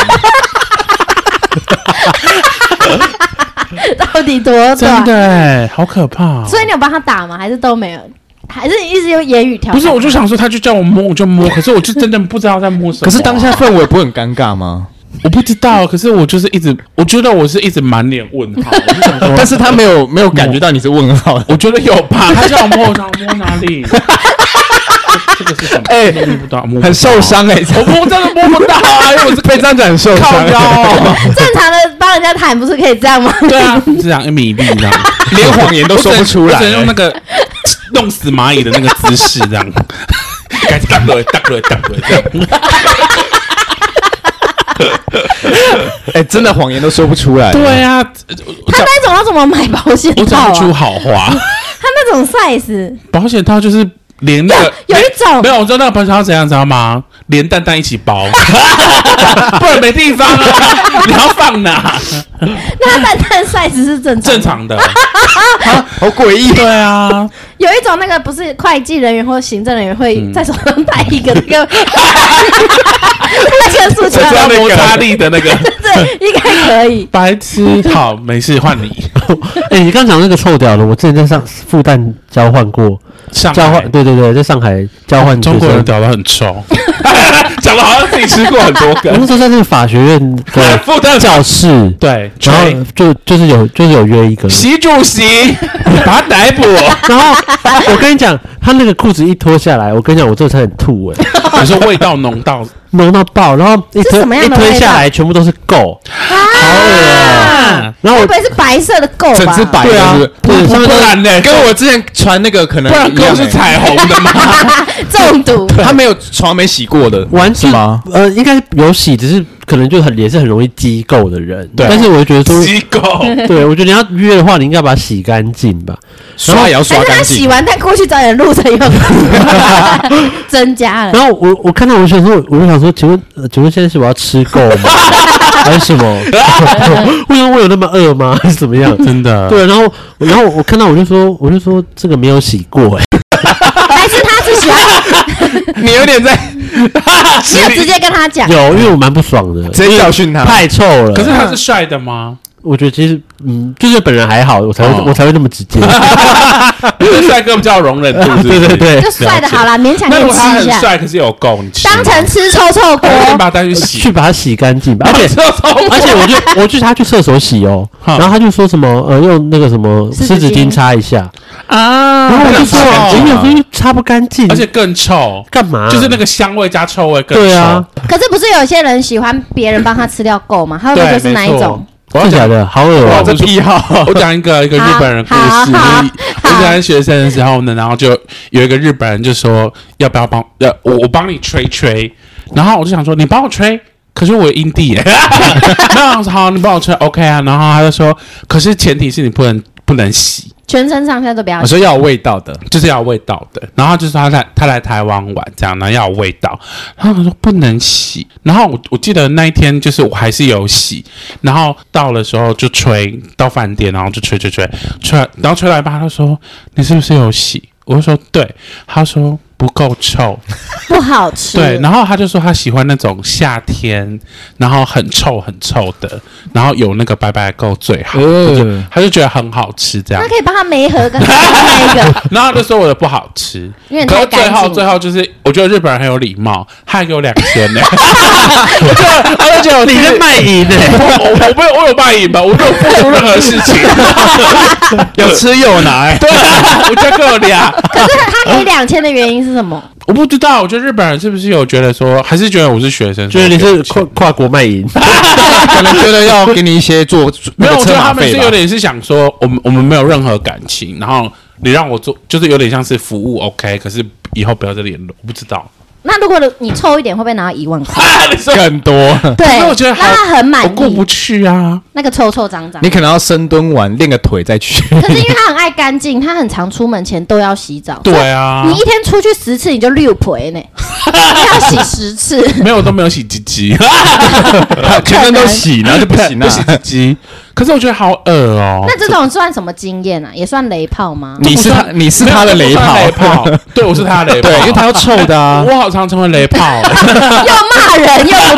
B: 到底多
C: 真
B: 短？
C: 的欸，好可怕哦。
B: 所以你有帮他打吗？还是都没有？还是你一直用言语调
C: 不
B: 侃？
C: 是，我就想说，他就叫我摸，我就摸，可是我就真的不知道在摸什么。
D: 可是当下氛围不会很尴尬吗？
C: 我不知道，可是我就是一直，我觉得我是一直满脸问号， [laughs] 我就想说
D: 但是他没有没有感觉到你是问号的。
C: 我觉得有吧，他叫我摸， [laughs] 我想摸哪里？这个是什么？
D: 哎
C: 摸不到，摸不到
D: [laughs] 很受，伤哎、
C: 我
D: 欸，
C: 摸真的摸不到啊，因为我是
D: 被这样讲很受伤、
C: 靠腰哦，
B: [laughs] 正常的帮人家谈不是可以这样吗？
C: [laughs] 对啊，这样一米粒这样。
D: [laughs] 连谎言都说不出来、欸
C: 我只能用那个弄死蚂蚁的那个姿势这样。 [laughs] 该打了，打了，打了，这样
D: 哎、真的谎言都说不出来。
C: [laughs]
D: 欸
C: 对啊，我
B: 他
C: 讲
B: 那种要怎么买保险套
C: 我讲
B: 啊？
C: 不出好
B: [laughs]
C: 话。
B: 他那种 size
C: 保险套就是连那个
B: 有有一种
C: 没有，我知道那个保险套怎样，知道吗？连蛋蛋一起包， [laughs] 不然没地方啊！你要放哪？
B: 那他蛋蛋 size 是正常的
C: 正常的，
D: 好诡异。
C: 对啊，
B: 有一种那个不是会计人员或行政人员会在手上戴一个那个、那个塑胶
C: 这
D: 知道
C: 要
D: 那个
C: 摩擦力的那个 [laughs]
B: 对，应该可以。
C: 白痴。好，没事，换你
A: 哎、你刚讲那个臭屌的，我之前在上复旦交换过，
C: 上
A: 交
C: 来
A: 换，对对对，在上海交换
C: 中
A: 学
C: 国人
A: 生，
C: 屌得很臭， [laughs] 讲的好像自己吃过很多 [laughs]
A: 我哦那
C: 个。
A: 时候在那个法学院的
C: 负担
A: 教室，
C: 对，
A: 然
C: 吹
A: 后就就是有就是有约一个，
C: 习主席把他逮捕，
A: 然后我跟你讲，他那个裤子一脱下来，我跟你讲，我真的差点吐哎、
C: [laughs] 你说味道浓到
A: 浓到爆，然后一
B: 是
A: 推
B: 什么样
A: 一
B: 的
A: 推
B: 味
A: 下
B: 道
A: 来全部都是垢，
B: 啊！
A: 然后
B: 会
A: 我
B: 不会是白色的垢吧？
D: 整只白
A: 对啊
C: 哎
D: 是不是，
A: 对，上
C: 不
A: 面都是
C: 然呢？
D: 跟我之前传那个可能
C: 不然
D: 一样
C: 哥是
D: 欸
C: 彩虹的吗？
B: [laughs] 中毒。
D: 他没有床没洗过的，
A: 完是
D: 是吗
A: 呃，应该是有洗，只是可能就很也是很容易机构的人，
D: 对
A: 但是我就觉得说，
C: 机构，
A: 对我觉得你要约的话，你应该把它洗干净吧。
D: 刷也要
B: 还
D: 刷
B: 是他
D: 干
B: 洗
D: 净。
B: 完再过去找点路程用，增加了。
A: 然后我我看到我想说，我就想说，请问、呃请问现在是我要吃够
C: [laughs]
A: 吗？还是什么？为什么我有那么饿吗？还是怎么样？
C: 真
A: [laughs]
C: 的，
A: 对，然后然后我看到我就说，我就说这个没有洗过、
C: [laughs]
A: 欸，
B: 还是他是喜欢，
D: 你有点在
C: 啊
B: 你有直接跟他讲，
A: 有，因为我蛮不爽的，
C: 啊
D: 直接教训他，
A: 太臭了。
C: 可是他是帅的吗？
A: 我觉得其实，嗯，就是本人还好，我才会、
C: 哦
A: 我才会那么
C: [laughs]
A: 直接。
C: 你的帅哥比较有容忍度，是不
A: 对
C: 是
A: 对。对
B: 就，帅的好啦，勉强可
C: 那如
B: 以
C: 果他
B: 吃一
C: 很
B: 下，
C: 帅，可是有垢，你吃吗
B: 当成吃臭臭
C: [laughs]
B: 锅。
C: 我先把他带去洗
A: 去，把它洗干净吧。而
C: [laughs]
A: 且而且我就我去他去厕所洗哦，
C: 好
A: 然后他就说什么呃用那个什么
B: 湿
A: 湿
B: 纸
A: 纸
B: 巾
A: 巾擦一下，
C: 啊
A: 然后
C: [laughs]
A: 我就说
C: 很
A: 我
C: 臭
A: 有东西擦不干净，
C: 而且更臭，
A: 干嘛？
C: 就是那个香味加臭味更臭。
A: 对啊，
B: 可是不是有些人喜欢别人帮他吃掉够吗？他会不会
C: 对，
B: 就是哪一种？
C: 没错？我要
A: 真假
C: 讲，
A: 的好恶哦、
D: 哇，
C: 我
D: 这
C: 不是 [laughs]
D: 癖好
C: 我讲一个一个日本人故
B: 好
C: 事。
B: 好
C: 就是我以前学生的时候呢，然后就有一个日本人就说要不要帮呃我我帮你吹吹，然后我就想说你帮我吹。可是我有阴蒂耶， [laughs] 那我说好，你帮我吹 OK 啊，然后他就说，可是前提是你不能不能洗，
B: 全身上下都不要
C: 啊
D: 我。说要有味道的，
C: 就是要有味道的。然后他就说他来他来台湾玩这样，然后要有味道。然后我说不能洗。然后我我记得那一天就是我还是有洗，然后到的时候就吹到饭店，然后就吹吹吹吹，然后吹到一半他就说你是不是有洗？我就说对，他说不够臭，
B: 不好吃。
C: 对，然后他就说他喜欢那种夏天，然后很臭很臭的，然后有那个白白的垢最好，他就
D: 呃，
C: 他就觉得很好吃这
B: 嗯
C: 样
B: 那。可以帮他梅和跟他那一
C: [laughs]
B: 个，
C: 然后他就说我的不好吃，
B: 因为
C: 可
B: 太
C: 是最
B: 干
C: 后
B: 净
C: 最
B: 了。
C: 后就是，我觉得日本人很有礼貌，他还给我两千呢。
D: 而且我
A: 你在卖淫欸呢、
C: 我我我没有我有卖淫吧，我没有付出任何事情。
D: 有吃有拿，哎
C: 对，啊我就给我俩，
B: 可是他给两千的原因是什么？
C: 我不知道，我觉得日本人是不是有觉得说，还是觉得我是学生，
A: 觉得你
C: 所以我
A: 是
C: 给
A: 跨跨国卖淫，
D: 可能觉得要给你一些做
C: 没
D: 那
C: 有，
D: 个
C: 我觉
D: 车
C: 得
D: 马
C: 他们
D: 费
C: 是
D: 吧
C: 有。点是想说，我们我们没有任何感情，然后你让我做，就是有点像是服务 OK，可是以后不要再联络，我不知道。
B: 那如果你臭一点，会不会拿到一万块？
C: [laughs] 啊，你说
D: 更多，
B: 对，
C: 是我觉得好
B: 让他很满
C: 我过
B: 意
C: 不，去啊。
B: 那个臭臭脏脏
D: 你。可能要深蹲完练个腿再 [laughs] 去。
B: 可是因为他很爱干净，他很常出门前都要洗澡。
C: 对啊
B: 所以你一天出去十次，你就六陪
C: [laughs]
B: 呢，你要洗十次。
C: 没有，都没有洗鸡鸡，
D: 啊全身都洗，然后就不行了、
C: 不洗鸡鸡。可是我觉得好恶哦。
B: 那这种算什么经验啊？也算雷炮吗？
D: 你是他，你是他的雷炮，
C: 没有我是他的雷炮，对，我是他的雷炮，
D: [laughs] 对，因为
C: [laughs]
D: 他要臭的啊。
C: 我好常成为雷炮，
A: 嗯
B: [laughs] 又骂人又不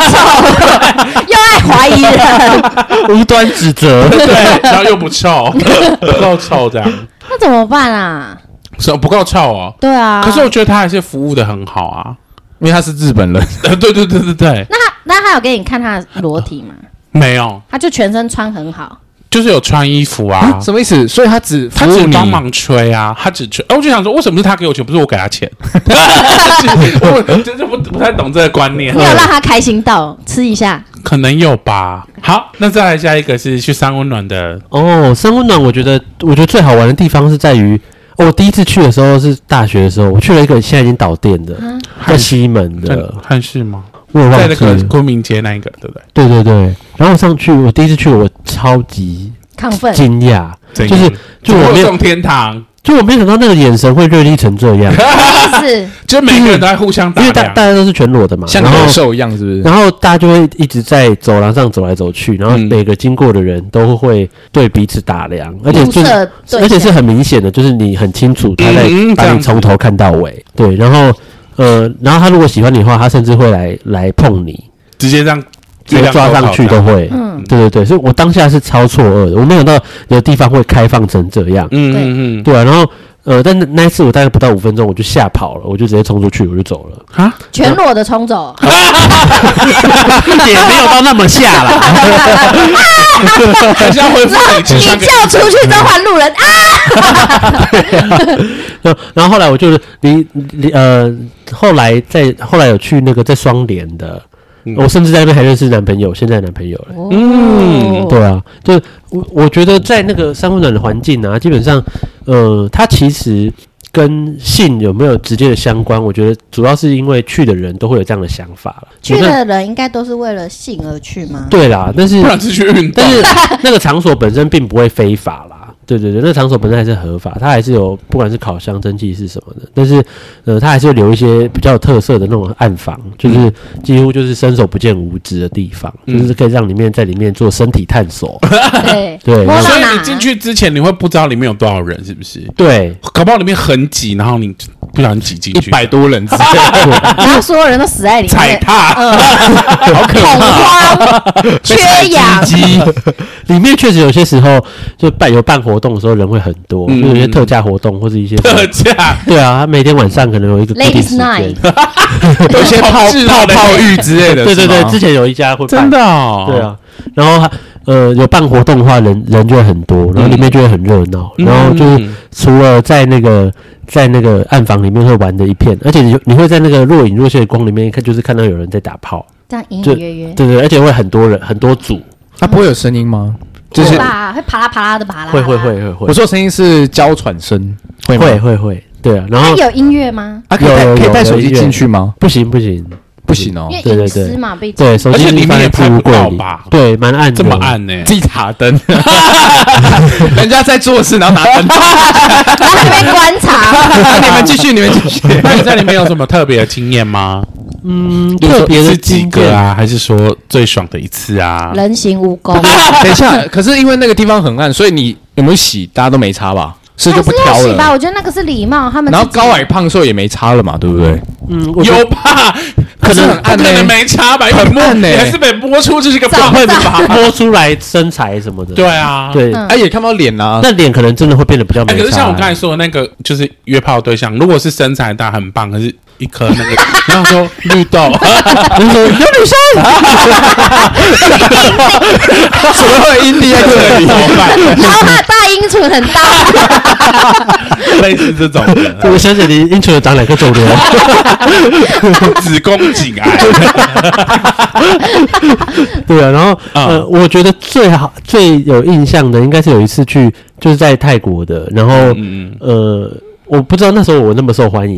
A: [laughs]
B: 臭，又爱怀疑人，
A: [laughs] 无端指责。
C: 对，然后又不臭，不够臭这样，
B: 那怎么办啊？
C: 说不够臭哦。
B: 对啊，
C: 可是我觉得他还是服务的很好啊。
D: [laughs]
C: [laughs]
D: 因为他是日本人，
C: 对对对对对，
B: 那他那他有给你看他的裸体吗？
C: 没有，
B: 他就全身穿很好，
C: 就是有穿衣服啊
D: [laughs] 啊、。什么意思？所以他只服
C: 他
D: 务
C: 只
D: 你，
C: 帮忙吹啊，他只吹。哎我就想说，为什么是他给我钱，不是我给他
D: [laughs]
C: 钱？我真是不不太懂这个观念
A: 呃
B: 你。有让他开心到吃一下，
C: 可能有吧。好，那再来下一个是去三温暖的，
A: 哦，三温暖，我觉得我觉得最好玩的地方是在于，哦我第一次去的时候是大学的时候，我去了一个现在已经倒店的，在西门的，
C: 汉室吗？
A: 我也
C: 在
A: 忘
C: 那
A: 记
C: 个
A: 了。
C: 昆明街那一个，对不对？
A: 对对对，然后我上去，我第一次去，我超级
B: 亢奋。
A: 惊讶，
C: 怎
A: 就是
C: 样
A: 就我没有
C: 送天堂，
A: 就我没有想到那个眼神会锐利成这样，
B: 什么意思？
C: 就每个人都在互相打
A: 因为大
C: 量
A: 大。家都是全裸的嘛，
D: 像
A: 然后
D: 野兽一样，是不是？
A: 然后大家就会一直在走廊上走来走去，然后
C: 嗯
A: 每个经过的人都会对彼此打量，而且就
B: 物
A: 是
B: 嗯色对象
A: 而且是很明显的，就是你很清楚他在
C: 嗯这
A: 把
C: 样
A: 你
C: 子
A: 从头看到尾，对，然后呃，然后他如果喜欢你的话，他甚至会来来碰你，
C: 直接这样
A: 直接抓上去都会，
B: 嗯，
A: 对对对，所以我当下是超错愕的，我没想到有地方会开放成这样，
C: 嗯嗯嗯
A: 对啊，然后呃，但那那一次我大概不到五分钟我就吓跑了，我就直接冲出去我就走了，
C: 啊，
B: 全裸的冲走，
A: [laughs] 也没有到那么吓啦。
C: 还是要恢复理智
B: 一
C: 上给。
B: 叫出去都换路人啊！
A: 然后然后后来我就是离离呃，后来在后来有去那个在双联的，
C: 嗯
A: 我甚至在那边还认识男朋友，现在的男朋友了。
B: 嗯
A: 对啊，就是我我觉得在那个三温暖的环境啊，基本上呃，它其实跟性有没有直接的相关，我觉得主要是因为去的人都会有这样的想法了。
B: 去
A: 我那
B: 的人应该都是为了性而去吗？
A: 对啦，但是
C: 不然是去运动
A: 但，
C: [laughs]
A: 是那个场所本身并不会非法啦。对对对，那个场所本身还是合法，它还是有不管是烤箱、蒸汽是什么的，但是呃，它还是留一些比较有特色的那种暗房，就是几乎就是伸手不见五指的地方，
C: 嗯
A: 就是可以让里面在里面做身体探
C: [laughs]
A: 索。
B: 对
A: [laughs] 对
B: 摸
C: 所
B: 到
C: 以
B: 哪
C: 你进去之前你会不知道里面有多少人，是不是？
A: 对
C: 搞不好里面很挤，然后你就不小心挤进
D: 一
C: 去，
D: 百多人之类
B: 然后所有人都死在里
D: 踩
B: 面，
D: 踏，
C: [laughs]
D: 好可
B: 恐
D: 怕！
B: 慌、缺氧，
A: 鸡，里面确实有些时候就办有办活动的时候人会很多，
C: 嗯
A: 就有些特价活动或者一些
C: 特价，
A: 对啊，他每天晚上可能有一个固定时
B: Ladies
A: 间
B: night，
D: [laughs] 有 [laughs] 一些泡
C: 同志
D: 泡
C: 啊
D: 泡浴之类的，
A: [laughs] 对对
D: 是
A: 对，
D: 吗
A: 之前有一家会办
C: 真的哦，
A: 对，啊，然后他呃有办活动的话，人人就会很多，然后里面就会很热闹，
C: 嗯
A: 然后就是除了在那个在那个暗房里面会玩的一片，而且你就你会在那个若隐若现的光里面看，就是看到有人在打炮，
B: 这样隐隐约
A: [laughs]
B: 约，
A: 对对，而且会很多人很多组，
D: 它不会有声音吗？就是
B: 会吧，会啪啦啪啦的啪啦，
A: 会会。会会
D: 我
A: 会
D: 说声音是娇喘声，会吗
A: 会会会，对啊，然
B: 那
A: 后
B: 有音乐吗？
D: 啊，可以带
A: 有有
D: 可以带
A: 有
D: 手机
A: 音乐
D: 进去吗？
A: 不行不行，
D: 不行哦
B: 因，为
A: 对对
B: 隐
A: 对
B: 私嘛，被
A: 对，
B: [laughs]
A: 手机
C: 而且里面也
A: 放在
C: 拍
A: 置物
C: 不
A: 柜
C: 到
A: 里
C: 吧
A: 对，蛮暗的，
C: 这么，暗
A: 嗯
C: 呢，
D: 自己塔灯， [laughs] 人家在做事，然后拿灯。
B: 然后在那边观
D: [laughs]
B: 察，
D: 你们继续，你们继续。
C: 那你在里面有什么特别的经验吗？
A: 嗯，
C: 比如说
A: 特别的
C: 是几
A: 经
C: 个
A: 验，
C: 啊，还是说最爽的一次啊？
B: 人形蜈蚣，
D: [laughs] 等一下，可是因为那个地方很暗，所以你有没有洗，大家都没擦吧？是就不
B: 还
D: 挑
B: 是要洗吧？
D: 了。
B: 我觉得那个是礼貌，他们
D: 然后
B: 自己
D: 高矮胖瘦也没差了嘛，对不对？
A: 嗯，我觉得
C: 有吧？
D: 可是很
C: 他
D: 暗
C: 可
D: 呢
C: 能没差吧，因为
D: 很
C: 摸
D: 暗呢
C: 你还是被摸出就是一个
B: 早
C: 胖
A: 会
C: 子吧？
A: 把 [laughs] 摸出来身材什么的，
C: 对啊，。
A: 对，
B: 嗯
D: 哎，也看不到脸 [laughs] 啊。
A: 那脸可能真的会变得比较
C: 哎、
A: 没
C: 可是
A: 差
C: 像我刚才说的那个，就是约炮对象，如果是身材大很棒，可是一颗那个，然后说绿豆，
A: 你说有女生，
C: 啊
D: 怎么会有阴蒂在这里？
B: 然后他的大阴唇很大，
C: 类似这种的
A: [laughs] 我想起你英唇长两个肿瘤，
C: [laughs] 子宫颈 [laughs] 癌，
A: 对啊，然后、
C: 啊
A: 呃，我觉得最好最有印象的应该是有一次去，就是在泰国的，然后、
C: 嗯嗯，
A: 呃，我不知道那时候我那么受
C: [laughs]
A: 欢迎，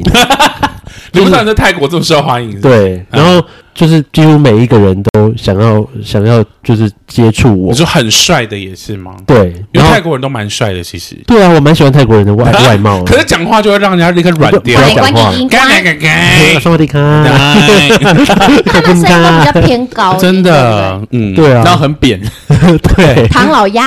C: 你不知道你在泰国这么受欢迎，，
A: 对，
C: 啊
A: 然后就是几乎每一个人都想要想要就是接触我
C: 你，说很帅的也是吗？
A: 对，
C: 因
A: 然后
C: 为泰国人都蛮帅的，其实，
A: 对啊，我蛮喜欢泰国人的
C: [laughs]
A: 外外貌
C: 可
A: 的，
C: 是讲话就会让人家立刻软掉
A: 不。要讲
B: 关
A: 话
B: 关音
C: 干那
B: 关，
C: 个
A: [laughs]
C: 干，
A: 双地卡，
C: [laughs]
B: 他们声音都比较偏高，
C: 真的，嗯，
A: 对
D: 然后
A: 啊，
D: 很扁，
A: [laughs] 对
B: 对，唐老鸭，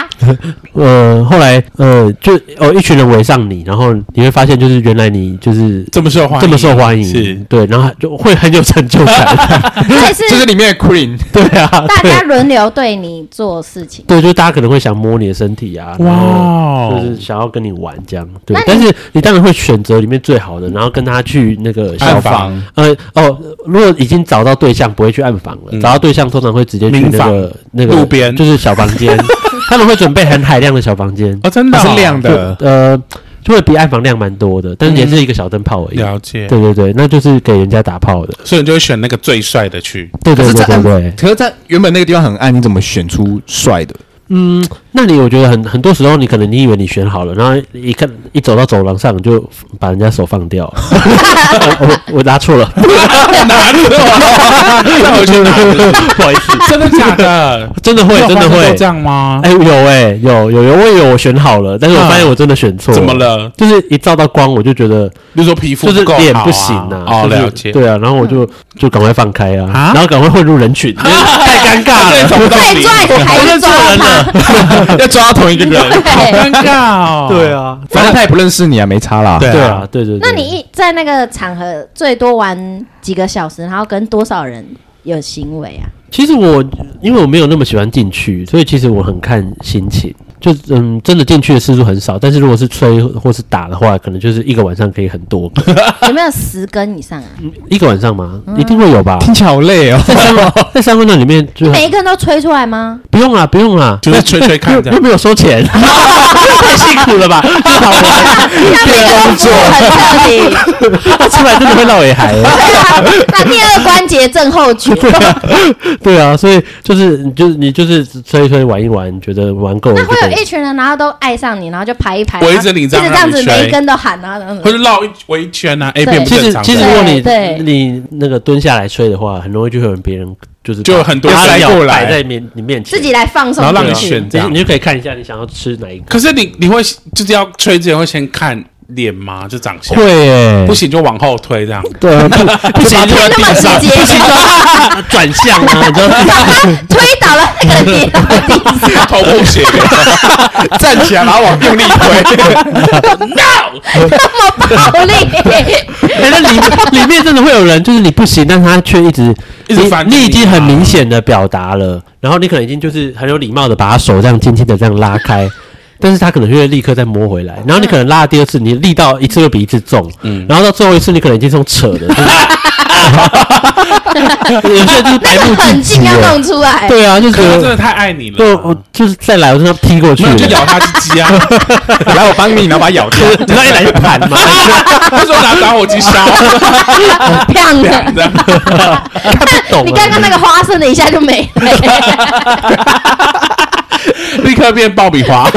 A: 呃，后来呃，就哦，一群人围上你，然后你会发现，就是原来你就是
C: 这么受欢迎，
A: 这么受欢迎，
C: 是
A: 对，然后就会很有成就
C: [laughs]
A: 感，
B: 还是
D: 就是里面的 Queen。
A: 对啊，
B: 大
A: 对
B: 家轮流对你做事情。
A: 对，就大家可能会想摸你的身体啊，
C: 哇
A: 哇，
C: 哦
A: 就是想要跟你玩这样，对
B: 那你，
A: 但是你当然会选择里面最好的，然后跟他去那个小
C: 暗
A: 房。
C: 房
A: 呃哦，如果已经找到对象，不会去暗房了。
C: 嗯
A: 找到对象，通常会直接去
C: 民
A: 那个
C: 房
A: 那个
C: 路边
A: 就是小房
B: [laughs]
A: 间。他们会准备很海量的小房间，
C: 哦，真的哦
D: 它是亮的
A: 就呃，就会比暗房量蛮多的，但是也是一个小灯泡而已。
C: 了解，
A: 对对对，那就是给人家打炮的。
C: 所以你就会选那个最帅的 [laughs] 去。
A: 对对
D: 可是
A: 对
D: 在
A: 对对。
D: 可是，在原本那个地方很暗，你怎么选出帅的？
A: 嗯，那你我觉得很很多时候，你可能你以为你选好了，然后一看一走到走廊上，你就把人家手放掉。
C: [laughs]
A: 我我我拿错了， [laughs]
C: 拿错，那我去拿了，
A: 不好意思，
C: [laughs] 真的假 [laughs] 的？
A: 真的会真的
C: 你有发生过
A: 会
C: 这。样吗？
A: 哎，有哎有有有，我也有我选好了，但是我发现我真的选错。
C: 怎么？了？
A: 就是一照到光，我就觉得
C: 比如说皮肤
A: 就是
C: 够
A: 脸
C: 好啊
A: 不行啊，
C: 哦，
A: 就是
C: 了解。 [laughs] 嗯
A: 对啊，然后我就就赶快放开啊
C: 啊，
A: 然后赶快混入人
C: [laughs]
A: 群，因为太尴尬
C: 对
A: 了 [laughs]
C: 找。不到
B: 最
C: 你
B: 拽的还是抓他，
D: 要抓同一个人，
B: 对。
C: 尴尬哦。
A: 对，啊，
D: 反正他也不认识你啊，没差啦。
C: 对
A: 对啊，对对对。
B: 那你一在那个场合最多玩几个小时，然后跟多少人有行为啊？
A: 其实我因为我没有那么喜欢进去，所以其实我很看心情。就嗯，真的进去的次数很少，但是如果是吹或是打的话，可能就是一个晚上可以很多
B: [laughs]
A: 个，
B: 有没有十根以上啊？
A: 一个晚上嘛，
B: 嗯
A: 一定会有吧。
D: 听起来好累哦。
A: 在三温在三温暖里面就
B: 每一根都吹出来吗？
A: 不用啦，啊不用啦，
C: 就是吹吹看这
A: 又
C: 样
A: [laughs] 又没有收
D: [laughs]
A: 钱，太辛苦了吧？就好玩，
B: [laughs] 变工作很彻底， [laughs]
A: 他出来真的会落尾海。
B: 对啊那第二关节症候群，
A: [laughs] 对啊，所以就是你就是你就是吹一吹玩一玩，觉得玩够了
B: 那
A: 就
B: 会
A: 可
B: 有一
A: 以。
B: 群人，然后都爱上你，然后就排一排，
C: 围着
B: 然后
C: 你
B: 一
C: 这
B: 直
C: 样
B: 这样子，
C: 让你吹
B: 每一根都喊啊，然后
C: 或者绕一围一圈啊，A
B: 对
C: 片不
A: 其
C: 正
A: 实
C: 常
A: 其实
C: 的。
A: 如果你
B: 对对
A: 你那个蹲下来吹的话，很容易就会有人别人就是
C: 就有很多
A: 把
C: 塞
A: 鸟
C: 过来
A: 摆在面你面前，
B: 自己来放松
C: 然后让
B: 进
C: 你
B: 去
C: 选这
A: 你
C: 样
A: 你。就可以看一下你想要吃哪一个。
C: 可是你你会就是要吹之前会先看脸吗？就长相。
A: 会耶
C: 不，行就往后推这样，
A: [laughs] 对啊，不不行就
B: 推那么直接，
A: [laughs] 转向啊，你知道 [laughs] 吗？
B: 推倒了那个脸到地
C: [laughs]
B: 上。
C: 头破血流。
D: [laughs] 站起来，然后往用力推， [laughs]
B: [laughs] 那么暴力，
A: 哎、那里面里面真的会有人，就是你不行，但他却一直
C: 一直
A: 你
C: 反击
A: 你已经
C: 你啊
A: 很明显的表达了，然后你可能已经就是很有礼貌的把他手这样轻轻的这样拉开，但是他可能就会立刻再摸回来，然后你可能拉第二次，你力道一次又比一次重，嗯，然后到最后一次你可能已经是用 [laughs] 扯的，就是、有些人就是白
B: 那
A: 目自
B: 个狠
A: 己
B: 劲要哎
A: 了，
B: 弄出来。
A: 啊对啊，就
C: 可
A: 觉
C: 是他真
A: 得
C: 的太爱你了，
A: 就我就是再来我就要劈过去
C: 没有就
A: 了， [laughs]
C: 咬他只鸡啊，
D: [laughs] 来我帮你，然后把它
C: [laughs]
D: 咬掉。
A: 你知道一来就盘嘛，
C: 他说拿打火机烧，
D: [laughs]
B: 漂亮！
C: 这样
A: 他不懂、啊，
B: [laughs] 你刚刚那个花生的一下就没了，
C: [laughs]
D: [laughs]
C: 立刻变爆米花。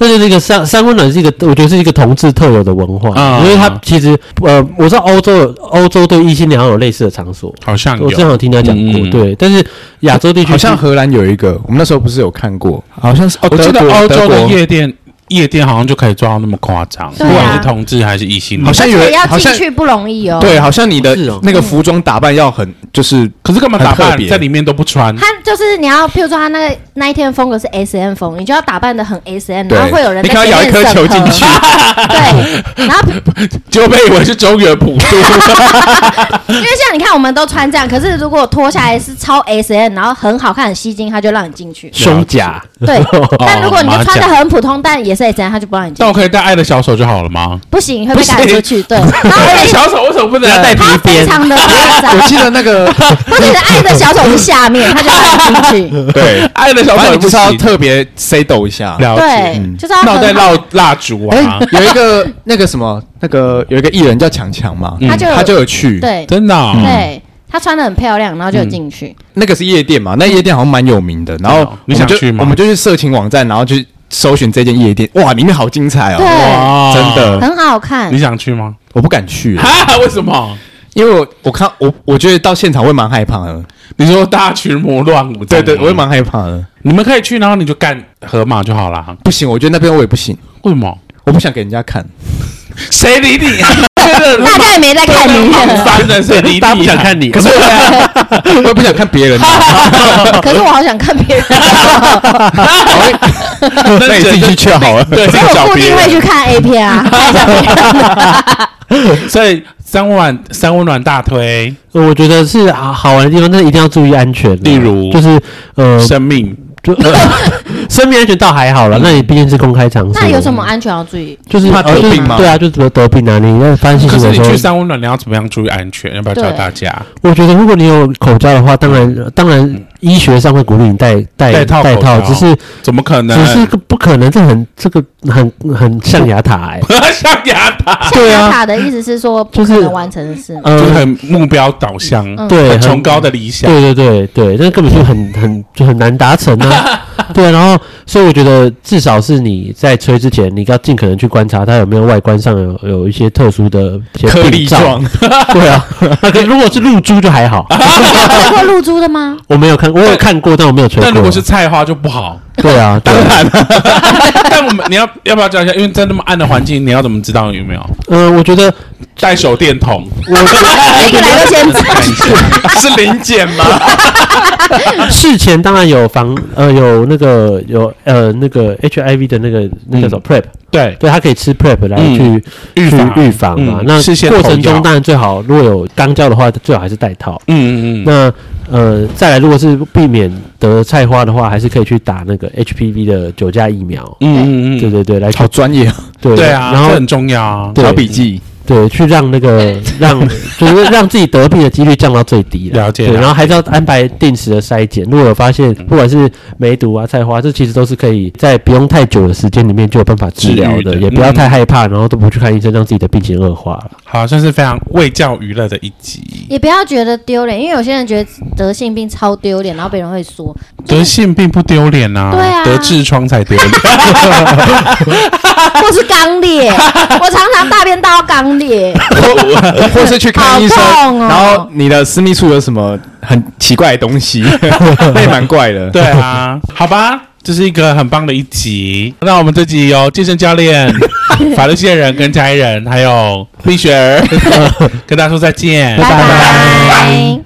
A: 那就是一个三三温暖是一个，我觉得是一个同志特有的文化，
C: 啊
A: 因为它其实呃，我知道欧洲有欧洲对异性恋好像有类似的场所，
C: 好像
A: 我
C: 有
A: 正好听他讲过，
C: 嗯嗯
A: 对，但是亚洲地区
D: 好像荷兰有一个，我们那时候不是有看过，好像是哦，
C: 我记得
D: 德国
C: 欧洲
D: 德
C: 的
D: 国
C: 夜店，夜店好像就可以做到那么夸张，不
B: 对啊
C: 管是同志还是异性
D: 好
C: 恋。
D: 像有
B: 而且要
D: 好像
B: 进去不容易哦。
D: 对，好啊像你的
A: 是哦
D: 那个服装打扮要很，就是
C: 可是干嘛打
D: 很特
C: 扮
D: 别
C: 在里面都不穿？
B: 他就是你要，譬如说他那个那一天的风格是 S M 风，你就要打扮的很 S M，然后会有人
D: 你
B: 在
D: 可能
B: 前
D: 咬一
B: 面
D: 颗
B: 审
D: 球
B: 核。
D: 进去，
B: [laughs] 对，然后
C: [laughs] 结果被以为是中原普渡，
D: [laughs]
C: [laughs]
B: 因为像你看，我们都穿这样，可是如果脱下来是超 S M，然后很好看、很吸睛，他就让你进
D: [laughs]
B: 去。
A: 胸甲，
B: 对，但如果你就
C: 马甲
B: 穿的很普通，但也是 S M，他就不让你进去。
C: 但
D: [laughs] 哦
C: 我可以带爱的小手就好了吗？
B: 不行，会被
A: 不行
B: 赶出去。对，然
D: 哎
B: 后
C: 爱的
B: 非
C: 小手为什么不能，
A: 要带皮
B: 他非
A: 鞭，
B: 常的夸张
D: 我，记得那个
B: 他只是爱的小手是下面，他就
A: [laughs]
B: 让你进去。
D: 对
C: [laughs] 爱的小啊手
D: 反正
C: 也
D: 你
C: 不
D: 就是要
C: 行？
D: 特别 say 抖一
C: [laughs]
D: 下。
C: 了解，
B: 对，
D: 嗯
B: 就是要
C: 那我带
B: 很好
C: 蜡蜡烛啊
D: 哎，，有一个那个什么，那个有一个艺人叫强强嘛，
C: 嗯
B: 他就
D: 他就
B: 有
D: 有去，
B: 对
C: 真的
A: 嗯
C: 哦，
B: 对，他穿的很漂亮，然后就有进去。
D: 那个是夜店嘛，那夜店好像蛮有名的。然
C: 真
D: 后
C: 的哦你
D: 我们
C: 想
D: 就
C: 去吗
D: 我们就去色情网站，然后去搜寻这间夜店，哇，里面好精彩
A: 嗯
D: 哦，
B: 对，
C: 哇
D: 真，的，
B: 很好看
C: 你。想去吗？
D: 我不敢去，欸
C: 啊，为什么？
D: 因为我我看我我觉得到现场会蛮害怕的。
C: 你说大群魔乱舞这
D: 对
C: 样吗，
D: 对，我会蛮害怕的。
C: 你们可以去，然后你就干河马就好啦。
D: 不行，我觉得那边我也不行，
C: 为什么？
D: 我不想给人家
C: [laughs]
D: 看。
C: 谁理你啊？
B: 大家也没在看你，
C: 翻的谁理你？
A: 大家不想看你，
D: 可是我也我也不想看别人
B: [laughs]
D: 啊，
B: 可是我好想看
A: [laughs]
B: 别人，所
D: 那你自己去去好了。
C: 对，
B: 以我固定会去看 A
A: [laughs]
B: 片啊，看一下别人。
C: 所以三温暖三温暖大推，
A: 我觉得是好好玩的地方，但是一定要注意安全啊。
C: 例如
A: 就是呃，
C: 生嗯命
A: 就呃 [laughs] 生命安全倒还好了，那你毕竟是公开场所，
B: 那有什么？安全要注意？
A: 就是
D: 怕
A: 呃
D: 得
A: 就是
D: 病吗
A: 对啊，就怎么得病啊？你要发现
C: 可
A: 新
C: 是
A: 闻
C: 你
A: 说
C: 去三温暖，你要怎么样注意安全？要不要教大家？
A: 我觉得如果你有口罩的话，当然当然医学上会鼓励你戴戴
C: 嗯戴套
A: 戴
C: 口罩
A: 只是
C: 怎么可能？
A: 只是个不可能，这很这个很很象牙塔哎、
C: 象牙塔，
B: 象
A: 对啊
B: 牙塔的意思是说不可
A: 就是
B: 能完成的事吗？
A: 呃
C: [laughs] 就是很目标导向，
B: 嗯 [laughs]
A: 对，
C: 很
A: 很
C: 崇高的理想。
A: 对对对对，那根本就很很就很难达成
C: [laughs]
A: 啊。对，然后所以我觉得至少是你在吹之前，你要尽可能去观察它有没有外观上有有一些特殊的一些
D: 颗粒
A: 病灶
D: 状，
A: [laughs] 对啊，那个如果是露珠就还好，
B: 有看过露珠的吗？
A: 我没有看，我有看过，但我没有吹
C: [laughs]
A: 过。
C: 但如果是菜花就不好。
A: 对啊，对啊
C: 但我们你要要不要教一下？因为在那么暗的环境，你要怎么知道有没有
A: 嗯、我觉得
C: 带手电筒？
B: [laughs] 一个来都
C: [laughs]
B: 先知。
D: 是零检吗？
A: 事前当然有防呃有那个有呃那个 HIV 的那个那个叫什么 PrEP，、
C: 对，
A: 对他可以吃 PrEP 来
C: 嗯
A: 去、
C: 预防
A: 去预防嘛。
C: 嗯
A: 那
C: 事先
A: 过程
C: 投药
A: 中当然最好如果有肛交的话，最好还是戴套。
C: 嗯嗯嗯，
A: 那呃再来如果是避免得菜花的话，还是可以去打那个 HPV 的九价疫苗。
C: 嗯嗯
A: 对
C: 嗯，
A: 对对，来
D: 好专业，
C: [laughs]
D: 啊，
A: 对
C: 对啊，
A: 然
C: 这
A: 后
C: 很重要啊。
A: 对
D: 小笔记。
A: 对去让那
C: [laughs]
A: 个让就是让自己得病的几率降到最低啦
C: 了解嗯
A: 对，
C: 了
A: 然后还是要安排定时的筛检。如果有发现不管是梅毒啊、菜花，这其实都是可以在不用太久的时间里面就有办法治疗
C: 治愈
A: 的，
C: 的嗯
A: 也不要太害怕，然后都不去看医生，让自己的病情恶化了。
C: 好，算是非常为教娱乐的一集。
B: 也不要觉得丢脸，因为有些人觉得得性病超丢脸，然后别人会说， [laughs]
C: 得性病不丢脸呐，
B: 对啊
C: 得痔疮才
A: [laughs]
C: 丢脸。
B: 或是肛裂，我常常大便大到肛裂，
D: 或是去看医生，
B: 好痛哦
D: 然后你的
C: [laughs]
D: 私密处有什么很奇怪的东西，那也蛮怪的。
C: 对啊，好吧，这是一个很棒的一集。那我们这集有健身教
B: [laughs]
C: 练、法律线人
A: [laughs]
C: 跟家人，还有冰雪儿，跟大家说再见，
B: 拜拜。